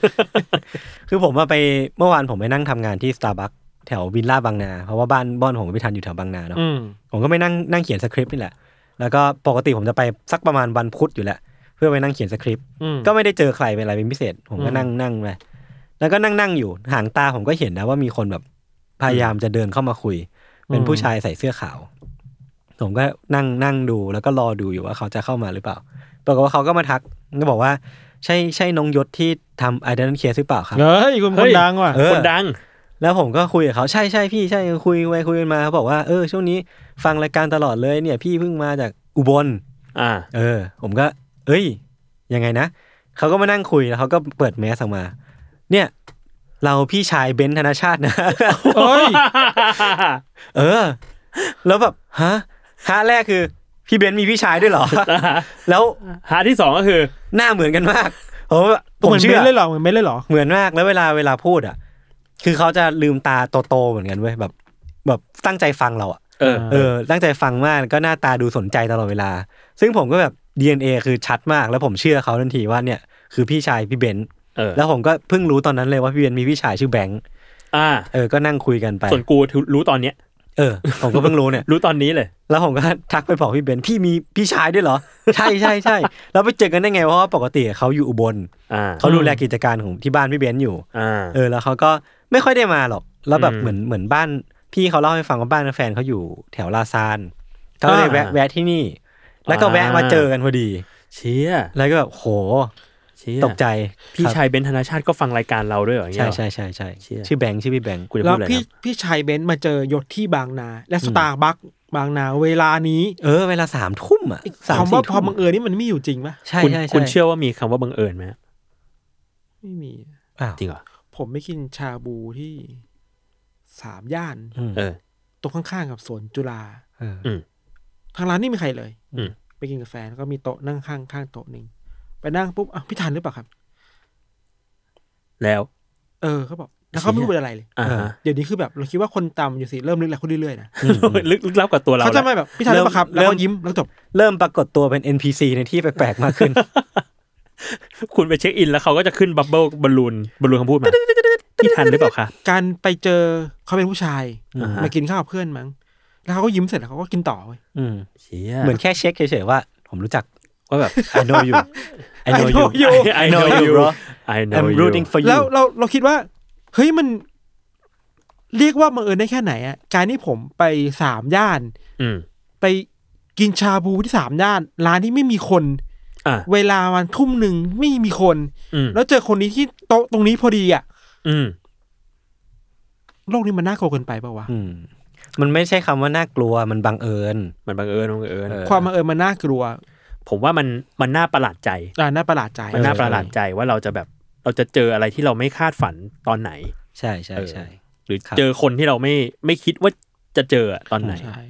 Speaker 2: คือผมมาไป เมื่อวานผมไปนั่งทำงานที่สตาร์บัคแถววิลล่าบางนา เพราะว่าบ้านบ้านผมกับพี่ทันอยู่แถวบางนาเนาะ
Speaker 3: อืม
Speaker 2: ผมก็ไปนั่งนั่งเขียนสคริปต์นี่แหละ แล้วก็ปกติผมจะไปสักประมาณวันพุธอยู่แหละ เพื่อไปนั่งเขียนสคริปต์
Speaker 3: อืม
Speaker 2: ก็ไม่ได้เจอใครเป็นอะไรเป็นพิเศษ ผมก็
Speaker 3: อืม
Speaker 2: นั่งนั่งไปแล้วก็นั่งนั่งอยู่ห่างตาผมก็เห็นนะว่ามีคนแบบพยายามจะเดินเข้ามาคุย เป็นผู้ชายใส่เสื้อขาว ผมก็นั่งนั่งดูแล้วก็รอดูอยู่ว่าเขาจะเข้ามาหรือเปล่า ปรากฏว่าเขาก็มาทักก็บอกว่าใช่ใช่น้องยศที่ทำไอเดนเคสหรือเปล่าครับ
Speaker 3: เฮ้ยคุณ
Speaker 4: เฮ้
Speaker 3: คน
Speaker 4: ย
Speaker 3: ดังว่ะ
Speaker 2: เออ
Speaker 4: คนดัง
Speaker 2: แล้วผมก็คุยกับเขาใช่ใช่พี่ใช่คุยไปคุยกันมาเขาบอกว่าเออช่วงนี้ฟังรายการตลอดเลยเนี่ย พี่เพิ่งมาจากอุบล [laughs]
Speaker 4: อ่า
Speaker 2: เออ ผมก็ เอ้ย ยังไงนะ เขาก็มานั่งคุยแล้วเขาก็เปิดแมสออกมา เนี่ย เราพี่ชายเบนซ์ธนชาตินะ [laughs]
Speaker 3: เฮ้ย
Speaker 2: เออ แล้วแบบฮะฮะแรกคือ พี่เบนซ์มีพี่ชายด้วยเหรอ แล้ว
Speaker 4: หาที่สองก็คือ
Speaker 2: หน้าเหมือนกันมาก ผมแบบผม
Speaker 3: เหมือน
Speaker 2: เชื่
Speaker 3: เม้
Speaker 2: อน
Speaker 3: เลยเหรอเหมือนเม้นเลยเหรอ
Speaker 2: เหมือนมากแล้วเวลาเวลาพูดอ่ะ คือเขาจะลืมตาโตๆเหมือนกันเว้ยแบบ แบบตั้งใจฟังเราอ่ะ
Speaker 4: เออ
Speaker 2: เออตั้งใจฟังมากก็หน้าตาดูสนใจตลอดเวลา ซึ่งผมก็แบบ DNA คือชัดมากแล้วผมเชื่อเขาทันทีว่าเนี่ย คือพี่ชายพี่เบนซ์
Speaker 4: เออ
Speaker 2: แล้วผมก็เพิ่งรู้ตอนนั้นเลยว่าพี่เวียนมีพี่ชายชื่อแบงค์
Speaker 4: อ่า
Speaker 2: เออก็นั่งคุยกันไป
Speaker 4: ส่วนกูรู้ตอนเนี้ย
Speaker 2: เออผมก็เพิ่งรู้เนี่ย
Speaker 4: รู้ตอนนี้เลย
Speaker 2: แล้วผมก็ทักไปบอกพี่เบนซ์พี่มีพี่ชายด้วยเหรอ ใช่ใช่ใช่แล้วไปเจอกันได้ไงเพราะว่าปกติเขาอยู่อุบล
Speaker 4: อ่า
Speaker 2: เขาดูแลกิจการของที่บ้านพี่เบนซ์อยู่
Speaker 4: อ่า
Speaker 2: เออแล้วเขาก็ไม่ค่อยได้มาหรอก แล้วแบบ
Speaker 4: อืม
Speaker 2: เหมือนเหมือนบ้าน พี่เขาเล่าให้ฟังว่าบ้านแฟนเขาอยู่แถวลาซานเขาก็เลย
Speaker 4: อ่า
Speaker 2: แวะแวะที่นี่ แล้วก็
Speaker 4: อ่า
Speaker 2: แวะมาเจอกันพอดี
Speaker 4: เชีย
Speaker 2: แล้วก็แบบโห
Speaker 4: เชีย
Speaker 2: ตกใจ
Speaker 4: พี่
Speaker 2: ครับ
Speaker 4: ชายเบนธนาชาติก็ฟังรายการเราด้วยเหรออย่างเงี้
Speaker 2: ใช่
Speaker 4: ย
Speaker 2: ใช่ใช่ใช่
Speaker 4: เชี่ย
Speaker 2: ชื่อแบงค์ชื่อพี่แบงค์
Speaker 4: กูจะ
Speaker 3: แล้
Speaker 4: พู
Speaker 3: ว
Speaker 4: ดอะไร
Speaker 3: พี่
Speaker 4: นะ
Speaker 3: พี่ชายเบนซ์มาเจอยศที่บางนา และสตาร์บัคบางนาเวลานี้
Speaker 2: เออเวลาสามทุ่มอ่ะสาม
Speaker 3: คำ
Speaker 2: สี่
Speaker 3: ว่าพอ
Speaker 2: ทุ่ม
Speaker 3: บังเอิญนี่มันไม่อยู่จริงปะ
Speaker 2: ใช่
Speaker 4: คุณ
Speaker 2: ใช่ใช่
Speaker 4: คุณเชื่อว่ามีคำว่าบังเอิญไหม
Speaker 3: ไม่มี
Speaker 2: เปล่า
Speaker 4: จริงเหรอ
Speaker 3: ผมไม่กินชาบูที่สามย่าน
Speaker 2: อืม
Speaker 4: เออ
Speaker 3: ตรงข้างๆกับสวนจุฬา
Speaker 2: เออ
Speaker 3: ทางร้านไม่มีใครเลย
Speaker 4: อืม
Speaker 3: ไปกินกาแฟแล้วก็มีโต๊ะนั่งข้างข้างโต๊ะหนึ่งไปนั่งปุ๊บอ่ะพี่ทันหรือเปล่าครับ
Speaker 4: แล้ว
Speaker 3: เออเขาบอกแล้วเขาไม่พูดอะไรเลย
Speaker 4: อ่าฮะ
Speaker 3: เดี๋ยวนี้คือแบบเราคิดว่าคนต่ำอยู่สิเริ่มลึกแล้วคนเรื่อยๆนะ
Speaker 4: ลึกลึกลับกับตัวเรา
Speaker 3: เขาจะ
Speaker 4: แล้ว
Speaker 3: ไม่แบบพี่ทันหรือเปล่าครับ
Speaker 2: เริ่
Speaker 3: แล้ว
Speaker 2: ม
Speaker 3: ก็ยิ้มแล้วจบ
Speaker 2: เริ่มปรากฏตัวเป็น NPC ในที่แปลกๆมาก
Speaker 4: [laughs]
Speaker 2: ขึ้น
Speaker 4: คุณไปเช็คอินแล้วเขาก็จะขึ้นบับเบิลบอลลูนบอลลูนคำพูดมาพี่ทันหรือเปล่าคะ
Speaker 3: การไปเจอเขาเป็นผู้ชาย
Speaker 4: อ่าฮะ
Speaker 3: มากินข้าวกับเพื่อนมั้งแล้วเขาก็ยิ้มเสร็จแล้วเขาก็กินต่อเว้ย
Speaker 2: อืม
Speaker 4: เชีย
Speaker 2: เหมือนแค่เช็คเฉยๆว่า ผมรู้จัก
Speaker 4: ว่าแบบ
Speaker 2: I know you I know
Speaker 3: I
Speaker 2: you
Speaker 3: know you
Speaker 4: [laughs] I know you
Speaker 2: bro
Speaker 4: I know
Speaker 2: I'm
Speaker 4: you
Speaker 2: rooting for you
Speaker 3: แล้วเราเราคิดว่า เฮ้ยมัน เรียกว่าบังเอิญได้แค่ไหนอะการที่ผมไปสามย่าน
Speaker 4: อืม
Speaker 3: ไปกินชาบูที่สามย่าน ร้านที่ไม่มีคน
Speaker 4: อ่า
Speaker 3: เวลามันทุ่มหนึ่งไม่มีคน
Speaker 4: อืม
Speaker 3: แล้วเจอคนนี้ที่โต๊ะตรงนี้พอดีอะ
Speaker 4: อืม
Speaker 3: โลกนี้มันน่ากลัวเกินไปเปล่าวะ
Speaker 2: อืมมันไม่ใช่คำว่าน่ากลัวมันบังเอิญ
Speaker 4: มันบังเอิญมันบังเอิญ
Speaker 2: เออ
Speaker 3: ความบังเอิญมันน่ากลัว
Speaker 4: ผมว่ามันมันน่าประหลาดใจ
Speaker 3: อ่าน่าประหลาดใจ
Speaker 4: มันน่าประหลาดใจว่าเราจะแบบเราจะเจออะไรที่เราไม่คาดฝันตอนไหน
Speaker 2: ใช่ใช่
Speaker 4: เออ
Speaker 2: ใช่
Speaker 4: หรือ
Speaker 2: ครับ
Speaker 4: เจอคนที่เราไม่ไม่คิดว่าจะเจออะตอนไหน
Speaker 3: ใช่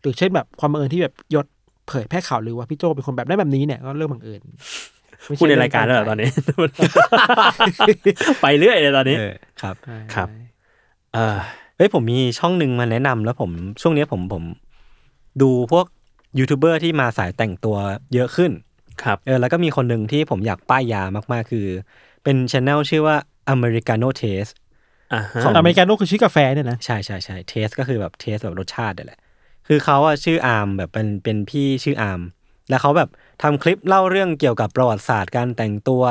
Speaker 3: หรือเช่นแบบความบังเอิญที่แบบยศเผยแพร่ข่าวหรือว่าพี่โจเป็นคนแบบนั้นแบบนี้เนี่ยก็เรื่องบังเอิญไม่ช่
Speaker 4: [laughs] พูดในรายการแล้วเหรอตอนนี้ ไปเรื่อยเลยตอนนี้
Speaker 2: เออครับ
Speaker 3: [laughs] ใช่
Speaker 4: ครับ เออ
Speaker 2: เฮ้ยผมมีช่องหนึ่งมาแนะนำแล้วผมช่วงเนี้ยผมผมดูพวกยูทูบเบอร์ที่มาสายแต่งตัวเยอะขึ้น
Speaker 4: ครับ
Speaker 2: เออแล้วก็มีคนหนึ่งที่ผมอยากป้ายยามากๆ คือ เป็นช anel ชื่อว่า Americano Taste
Speaker 4: อ่าฮะ
Speaker 2: ของ
Speaker 3: อเมริกาโน่คือชื่อกาแฟเนี่ยนะ
Speaker 2: ใช่ใช่ใช่เทสก็คือแบบเทสแบบรสชาตินี่แหละ คือเขาอะชื่ออาร์มแบบเป็นเป็นพี่ชื่ออาร์มแล้วเขาแบบทำคลิปเล่าเรื่องเกี่ยวกับประวัติศาสตร์การแต่งตัว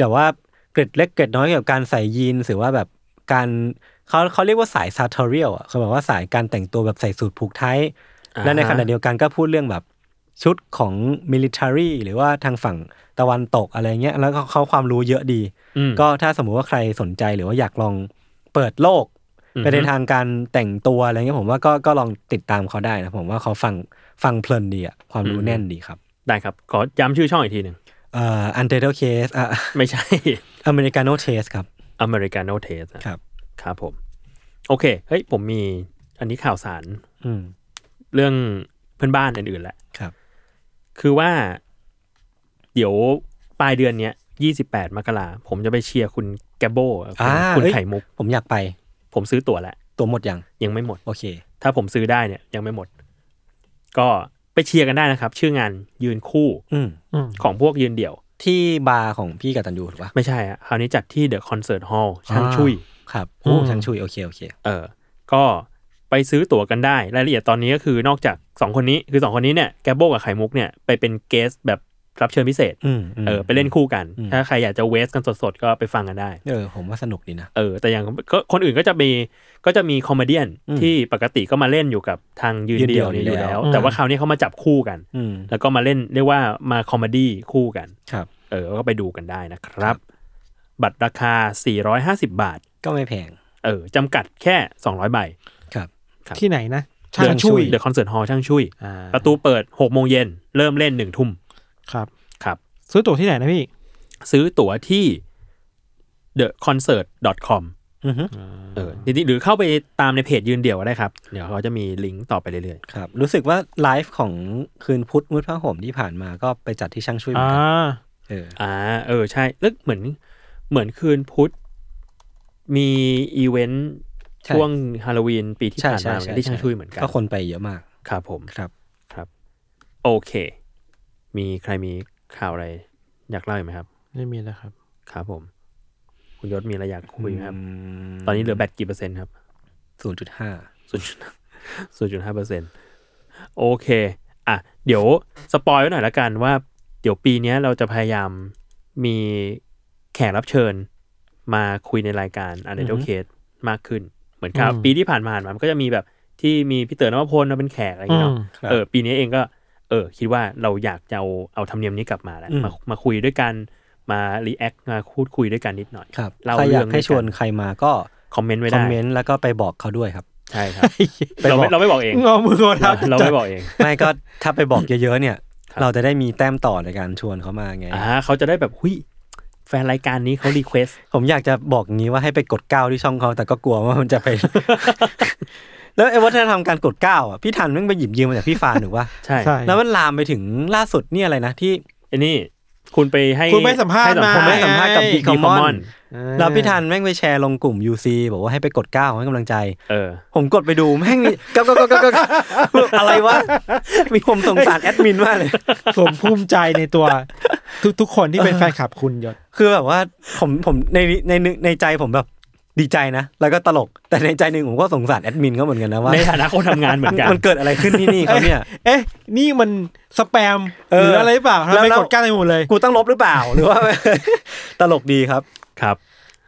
Speaker 2: กับว่าเกร็ดเล็กเกร็ดน้อยเกี่ยวกับการใส่ยีนส์หรือว่าแบบการเขาเขาเรียกว่าสายซาทอเรียลอะเขาบอกว่าสายการแต่งตัวแบบใส่สูทผูกไทย
Speaker 4: อ่าฮะ
Speaker 2: และในขณะเดียวกันก็พูดเรื่องแบบชุดของมิลิ t ารีหรือว่าทางฝั่งตะวันตกอะไรเงี้ยแล้วก็เขาความรู้เยอะดี
Speaker 4: อืม
Speaker 2: ก็ถ้าสมมุติว่าใครสนใจหรือว่าอยากลองเปิดโลก
Speaker 4: อือฮึ
Speaker 2: ไปในทางการแต่งตัวอะไรเงี้ยผมว่าก็ก็ลองติดตามเขาได้นะ ผมว่าเขาฟังฟังเพลินดีอะความรู้แน่นดีครับ
Speaker 4: ได้ครับ ขอย้ำชื่อช่องอีกทีหนึ่ง
Speaker 2: เอ่ออันเทอร์เคสอ่ะ
Speaker 4: ไม่ใช่
Speaker 2: อเมริกาโนเทสครับ
Speaker 4: อเมริกาโนเทส
Speaker 2: ครับ
Speaker 4: ครับผม โอเค เฮ้ย ผมมีอันนี้ข่าวสาร
Speaker 2: อืม
Speaker 4: เรื่องเพื่อนบ้านอื่นๆแหละ
Speaker 2: ครับ
Speaker 4: คือว่า เดี๋ยวปลายเดือนเนี้ยยี่สิบแปดมกราผมจะไปเชียร์คุณแกโบ
Speaker 2: อ่า
Speaker 4: คุณ
Speaker 2: เอ้ย
Speaker 4: ไข่มุก
Speaker 2: ผมอยากไป
Speaker 4: ผมซื้อตั๋วแล้ว
Speaker 2: ตัวหมดยัง
Speaker 4: ยังไม่หมด
Speaker 2: โอเค
Speaker 4: ถ้าผมซื้อได้เนี่ยยังไม่หมด ก็ไปเชียร์กันได้นะครับ ชื่องานยืนคู่
Speaker 2: อืม
Speaker 4: ของพวกยืนเดี่ยว
Speaker 2: ที่บาร์ของพี่กัตันยูถูกปะ
Speaker 4: ไม่ใช่อะคราวนี้จัดที่เดอะคอนเสิร์ตฮอลล์ช่างชุย
Speaker 2: ครับโอ้
Speaker 3: อืม
Speaker 2: ช่างชุยโอเคโอเค
Speaker 4: เออ ก็ไปซื้อตั๋วกันได้ รายละเอียดตอนนี้ก็คือนอกจาก 2 คนนี้ คือ 2 คนนี้เนี่ย แกโบกับไข่มุกเนี่ย ไปเป็นเกสแบบรับเชิญพิเศษ
Speaker 2: อืมม
Speaker 4: เออ ไปเล่นคู่กัน
Speaker 2: อืม
Speaker 4: ถ้าใครอยากจะเวสกันสดๆ ก็ไปฟังกันได้
Speaker 2: เออผมว่าสนุกดีนะ
Speaker 4: เออ แต่อย่างก็คนอื่นก็จะมี ก็จะมีคอมเมเดี้
Speaker 2: อืม
Speaker 4: ที่ปกติก็มาเล่นอยู่กับทางยืน
Speaker 2: ยืนเดี่
Speaker 4: เดีย
Speaker 2: ยว ว
Speaker 4: เนี่ย
Speaker 2: อ
Speaker 4: อยู่ ยู่
Speaker 2: แล้
Speaker 4: แล้ว
Speaker 2: ว
Speaker 4: แต่ว่าคราวนี้เขามาจับคู่กัน
Speaker 2: อืม
Speaker 4: แล้วก็มาเล่นเรียกว่ามาคอมเมดี้คู่กัน
Speaker 2: ครับ
Speaker 4: เออ ก็ไปดูกันได้นะครับ
Speaker 2: ครับ
Speaker 4: บัตรราคา 450 บาท
Speaker 2: ก็ไม่แพง
Speaker 4: เออจำกัดแค่ 200 ใบ
Speaker 2: ครับ
Speaker 3: ที่ไหนนะชา
Speaker 4: เดือน
Speaker 3: ชุย
Speaker 4: เดอะคอนเสิร์ตฮอลล์ช่างช่วย
Speaker 3: อ่า
Speaker 4: ประตูเปิดหกโมงเย็นเริ่มเล่นหนึ่งทุ่ม
Speaker 3: ครับ
Speaker 4: ครับ
Speaker 3: ซื้อตั๋วที่ไหนนะพี่
Speaker 4: ซื้อตั๋วที่ theconcert.com
Speaker 2: อือฮึ
Speaker 4: เออจริงๆหรือเข้าไปตามในเพจยืนเดี่ยวก็ได้ครับ เดี๋ยวเขาจะมีลิงก์ต่อไปเรื่อย
Speaker 2: ครับ รู้สึกว่าไลฟ์ของคืนพุธมืดพระห่มที่ผ่านมาก็ไปจัดที่ช่างชุยเหมือนกันเออ
Speaker 4: ๆ อ่า เออ ใช่แล้วเหมือนเหมือนคืนพุธมีอีเวนต์
Speaker 2: ใช่
Speaker 4: ช่วงฮาโลวีนปีที่
Speaker 2: ใช่
Speaker 4: ผ่าน
Speaker 2: ใช่
Speaker 4: มาเหมือน
Speaker 2: ใช่
Speaker 4: กันที่ช่างช่วยเหมือนกัน
Speaker 2: ก็คนไปเยอะมาก
Speaker 4: ครับผม
Speaker 2: ครับ
Speaker 4: โอเค มีใครมีข่าวอะไร อยากเล่าอีกไหมครับ
Speaker 3: ไม่มีแล้วครับ
Speaker 4: ครับผม คุณยศมีอะไรอยากคุยไหมครับ
Speaker 2: ม
Speaker 4: ตอนนี้เหลือแบตกี่เปอร์เซ็นต์ครับ
Speaker 2: ศูนย์จุดห้า
Speaker 4: ศูนย์จุดศูนย์จุดห้าเปอร์เซ็นต์โอเค อ่ะ เดี๋ยวสปอยไว้หน่อยละกันว่า เดี๋ยวปีเนี้ยเราจะพยายามมีแขกรับเชิญมาคุยในรายการอันเดอร์เคสมากขึ้น เหมือนครับ
Speaker 3: อืม
Speaker 4: ปีที่ผ่านมามันก็จะมีแบบที่มีพี่เต๋อนวพลมาเป็นแขกอะไรอย่างเงี้ยเนาะ เออปีนี้เองก็เออคิดว่าเราอยากจะเอาเอาธรรมเนียมนี้กลับมาแหละ
Speaker 2: อืม
Speaker 4: มามาคุยด้วยกันมารีแอคมาพูดคุยด้วยกันนิดหน่อย
Speaker 2: ครับ
Speaker 4: เล่
Speaker 2: ใครอยาก
Speaker 4: เง
Speaker 2: ให้ชวน
Speaker 4: ด้ยกั
Speaker 2: ใครมาก็
Speaker 4: นคอมเมนต์ไว้
Speaker 2: คอ
Speaker 4: ได้
Speaker 2: มเมนต์แล้วก็ไปบอกเขาด้วยครับ
Speaker 4: ใช่ครับเราไม่เราไม่บอกเอง
Speaker 3: งอมืองอเท้า
Speaker 4: เราไม่บอกเอง
Speaker 2: ไม่ก็ [coughs] ถ้าไปบอกเยอะๆเนี่ย
Speaker 4: ครับ
Speaker 2: เราจะได้มีแต้มต่อในการชวนเขามาไง
Speaker 4: อ่าเขาจะได้แบบหุยแฟนรายการนี้เขารีเควส
Speaker 2: ผมอยากจะบอกอย่างนี้ว่าให้ไปกดเก้าที่ช่องเขาแต่ก็กลัวว่ามันจะไป [laughs] แล้วไอ้วัฒนธรรมการกดเก้าอ่ะพี่ทันแม่งไปหยิบยืมมาจากพี่ฟานหรือว่า
Speaker 4: ใช่
Speaker 3: ใช่
Speaker 2: แล้
Speaker 3: แล้วว
Speaker 2: มันลามไปถึงล่าสุดเนี่ยอะไรนะที่
Speaker 4: ไอ้นี่คุณไปให้
Speaker 3: คุณไปสัมภาษณ์
Speaker 4: ให้
Speaker 3: มา
Speaker 2: ผมให้สัมภาษณ์กับ
Speaker 3: ไอ้
Speaker 2: b ีคอมมอน
Speaker 3: อ่
Speaker 2: แล้วพี่ทันแม่งไปแชร์ลงกลุ่ม UC บอกว่าให้ไปกดเก้าให้กำลังใจ
Speaker 4: เออ
Speaker 2: ผมกดไปดูแม่งนี่ก็ก็ก็ก็ก็อะไรวะมีผมสงสารแอดมินมากเลย
Speaker 3: ผมภูมิใจในตัว [laughs] ทุกทุกคนที่เป็นแฟนคลับคุณยศ
Speaker 2: คือแบบว่าผมผมในในในในใจผมแบบดีใจนะ แล้วก็ตลกแต่ในใจหนึ่งผมก็สงสารแอดมินเขาเหมือนกันนะว่า
Speaker 4: ในฐานะคนทำงานเหมือนกัน
Speaker 2: มันเกิดอะไรขึ้นที่นี่เขาเนี่ย
Speaker 3: เอ๊ะ นี่มันสแปม
Speaker 2: เออ
Speaker 3: หรืออะไรหรือเปล่าทำ
Speaker 2: แล้ว
Speaker 3: ไม
Speaker 2: แล้ว
Speaker 3: กดกั้นไปหมดเลย
Speaker 2: กูต้องลบหรือเปล่าหรือว่า [laughs] ตลกดีครับ
Speaker 4: ครับ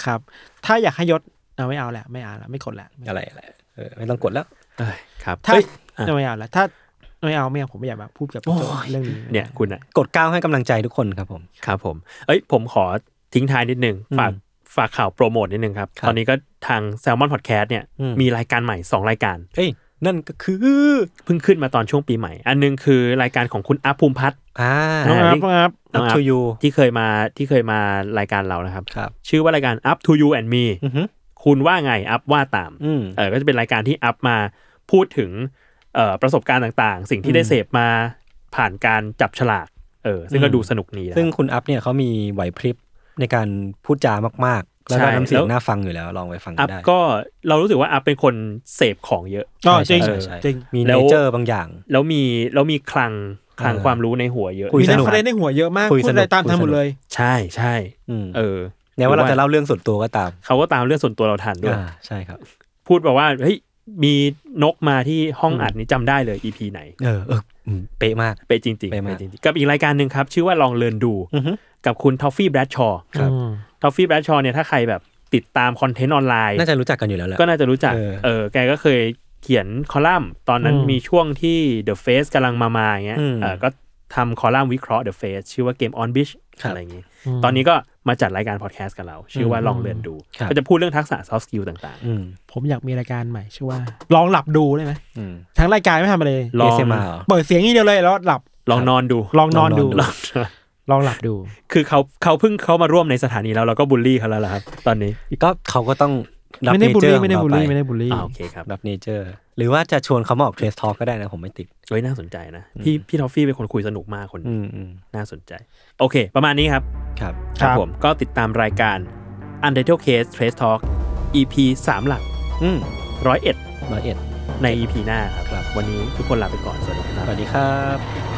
Speaker 3: ครับ ถ้าอยากให้ยศเอาไม่เอาแหละไม่เอาแล้วไม่กดแหละ
Speaker 2: อะไรอะไรเออไม่ต้องกดแล้ว
Speaker 4: เอ้ยครับ
Speaker 3: ถ้า
Speaker 4: เอ้ย อ่ะ
Speaker 3: ไม่เอาแล้วถ้าไม่เอาไม่เอาผมไม่อยากมาพูดกับโจเรื่องนี้
Speaker 4: เนี่ยคุณอะ
Speaker 2: กดก้าวให้กำลังใจทุกคนครับผม
Speaker 4: ครับผม เอ้ย ผมขอทิ้งท้ายนิดนึง ฝากฝากข่าวโปรโมทนิดนึงครับ
Speaker 2: ครับ
Speaker 4: ตอนนี้ก็ทาง s ซ l m o n Podcast เนี่ย
Speaker 2: อืม
Speaker 4: มีรายการใหม่ 2 รายการ
Speaker 2: เอ้ยนั่นก็คือ
Speaker 4: เพิ่งขึ้นมาตอนช่วงปีใหม่ อันหนึงคือรายการของคุณอัพภูมิพัฒน์
Speaker 2: อ่า
Speaker 3: น้องอั
Speaker 4: อ่า
Speaker 3: พน้องอัพ
Speaker 4: น้อง
Speaker 2: up
Speaker 4: อัพ
Speaker 2: to you
Speaker 4: ที่เคยมาที่เคยมารายการเรานะครับ
Speaker 2: ครับ
Speaker 4: ชื่อว่ารายการ Up to You and Me
Speaker 2: อือหือ
Speaker 4: คุณว่าไงอัพว่าตาม
Speaker 2: อืม
Speaker 4: เออก็จะเป็นรายการที่อัพมาพูดถึงเอ่อประสบการณ์ต่างๆ สิ่งที่ได้เสพมาผ่านการจับฉลาก เออ ซึ่งก็
Speaker 2: อืม
Speaker 4: ดูสนุกดีนะครับ
Speaker 2: ซึ่งคุณอัพเนี่ยเขามีไหวพริบในการพูดจามาก ๆ แล้วก็
Speaker 4: ใช่
Speaker 2: น้ำเสีย
Speaker 4: แล้
Speaker 2: ง
Speaker 4: ว
Speaker 2: น่าฟังอยู่แล้ว ลองไปฟังกั
Speaker 4: อั
Speaker 2: น
Speaker 4: พ
Speaker 2: ได้
Speaker 4: ก็เรารู้สึกว่าอัพเป็นคนเสพของเยอะ
Speaker 3: อ๋อจริง
Speaker 2: ใช่ใช่
Speaker 3: จริง
Speaker 2: มี
Speaker 4: แล้
Speaker 2: เน
Speaker 4: ว
Speaker 2: เจอร์บางอย่าง
Speaker 4: แล้วมีแล้วมีคลังคลัง
Speaker 2: เออ
Speaker 4: ความรู้ในหัวเยอะ
Speaker 2: คุย
Speaker 3: มี
Speaker 2: ส
Speaker 3: นัก
Speaker 2: นุก
Speaker 3: แสดงในหัวเยอะมาก
Speaker 2: คุย
Speaker 3: พู
Speaker 2: ส
Speaker 3: ด
Speaker 2: นุก
Speaker 3: อะไรตาม
Speaker 2: คุยสนุ
Speaker 3: ทำ
Speaker 2: ก
Speaker 3: หมดเลย
Speaker 4: ใช่ใช่
Speaker 2: อืม
Speaker 4: เออ
Speaker 2: แม้ว่าเรา
Speaker 4: หรือว่า
Speaker 2: จะเล่าเรื่องส่วนตัวก็ตาม
Speaker 4: เขาก็ตามเรื่องส่วนตัวเราทันด้วย
Speaker 2: อ่าใช่ครับ
Speaker 4: พูดบอกว่าเฮ้ยมีนกมาที่ห้องอัดนี้จำได้เลย EP ไหน
Speaker 2: เออเอออืมเป๊ะมาก
Speaker 4: ไปจริงๆ
Speaker 2: ไปมา
Speaker 4: ไปจริงๆกับอีกรายการหนึ่งครับ ชื่อว่าลองเลินดู
Speaker 2: อือฮึ
Speaker 4: กับคุณทอฟฟี่แบรดชอร์
Speaker 2: ครับ
Speaker 4: ทอฟฟี่แบรดชอร์เนี่ยถ้าใครแบบติดตามคอนเทนต์ออนไลน์
Speaker 2: น่าจะรู้จักกันอยู่แล้วแหละ
Speaker 4: ก็น่าจะรู้จัก
Speaker 2: เออ
Speaker 4: เออ แกก็เคยเขียนคอลัมน์ ตอนนั้น
Speaker 3: อืม
Speaker 4: มีช่วงที่ The Face กำลังมามาอย่างเงี้ย
Speaker 2: อืม
Speaker 4: เออ ก็ทำคอลัมน์วิเคราะห์ The Face ชื่อว่า Game on Beach
Speaker 2: ครับ
Speaker 4: อะไรอย่างงี้ ตอนนี้ก็มาจัดรายการพอดแคสต์กับเรา ชื่อว่าลองเรียนดู
Speaker 2: ครับ
Speaker 4: ก็จะพูดเรื่องทักษะ soft skill ต่าง
Speaker 2: อืม
Speaker 3: ผมอยากมีรายการใหม่ชื่อว่า ลองหลับดูได้ไหม
Speaker 2: อืม
Speaker 3: ทั้งรายการไม่ทำอะไรเลย
Speaker 4: ๆ ลอง
Speaker 2: เอมาเหรอ
Speaker 3: เปิดเสียงอย่างเดียวเลยแล้วหลับ
Speaker 4: ลองนอนดู
Speaker 3: ลองนอนดู
Speaker 2: ลองนอน
Speaker 3: ลองหลับดู
Speaker 4: [laughs] คือเขาเขาเพิ่งเขามาร่วมในสถานีแล้วเราก็บูลลี่เขาแล้วล่ะครับ ตอนนี้
Speaker 2: ก็เขาก็ต้องรับ
Speaker 3: ไม่
Speaker 2: เน
Speaker 3: ได้บูล
Speaker 2: เจอ
Speaker 3: ลี่
Speaker 2: ร์
Speaker 3: ไม่ได้บูลลี่ไม่ได้บูลลี่
Speaker 4: อ่าโอเคครับ
Speaker 2: รับเนเจอร์ หรือว่าจะชวนเขามาออกเทรสทอลก็ได้นะผมไม่ติด
Speaker 4: เฮ้ยน่าสนใจนะ พี่พี่ทอฟฟี่เป็นคนคุยสนุกมากคน
Speaker 2: อืมอืม
Speaker 4: น่าสนใจ โอเค ประมาณนี้ครับ
Speaker 2: ครับ
Speaker 4: ครับผมก็ติดตามรายการ Untitled Case Trace Talk EP 3 หลัก
Speaker 2: อืม
Speaker 4: 101
Speaker 2: ร้อยเอ็ด
Speaker 4: ใน EP หน้าครับ
Speaker 2: ครับ
Speaker 4: วันนี้ทุกคนลาไปก่อน สวัสดีค
Speaker 2: ส
Speaker 4: รับ
Speaker 2: วัสดีครับ
Speaker 3: ค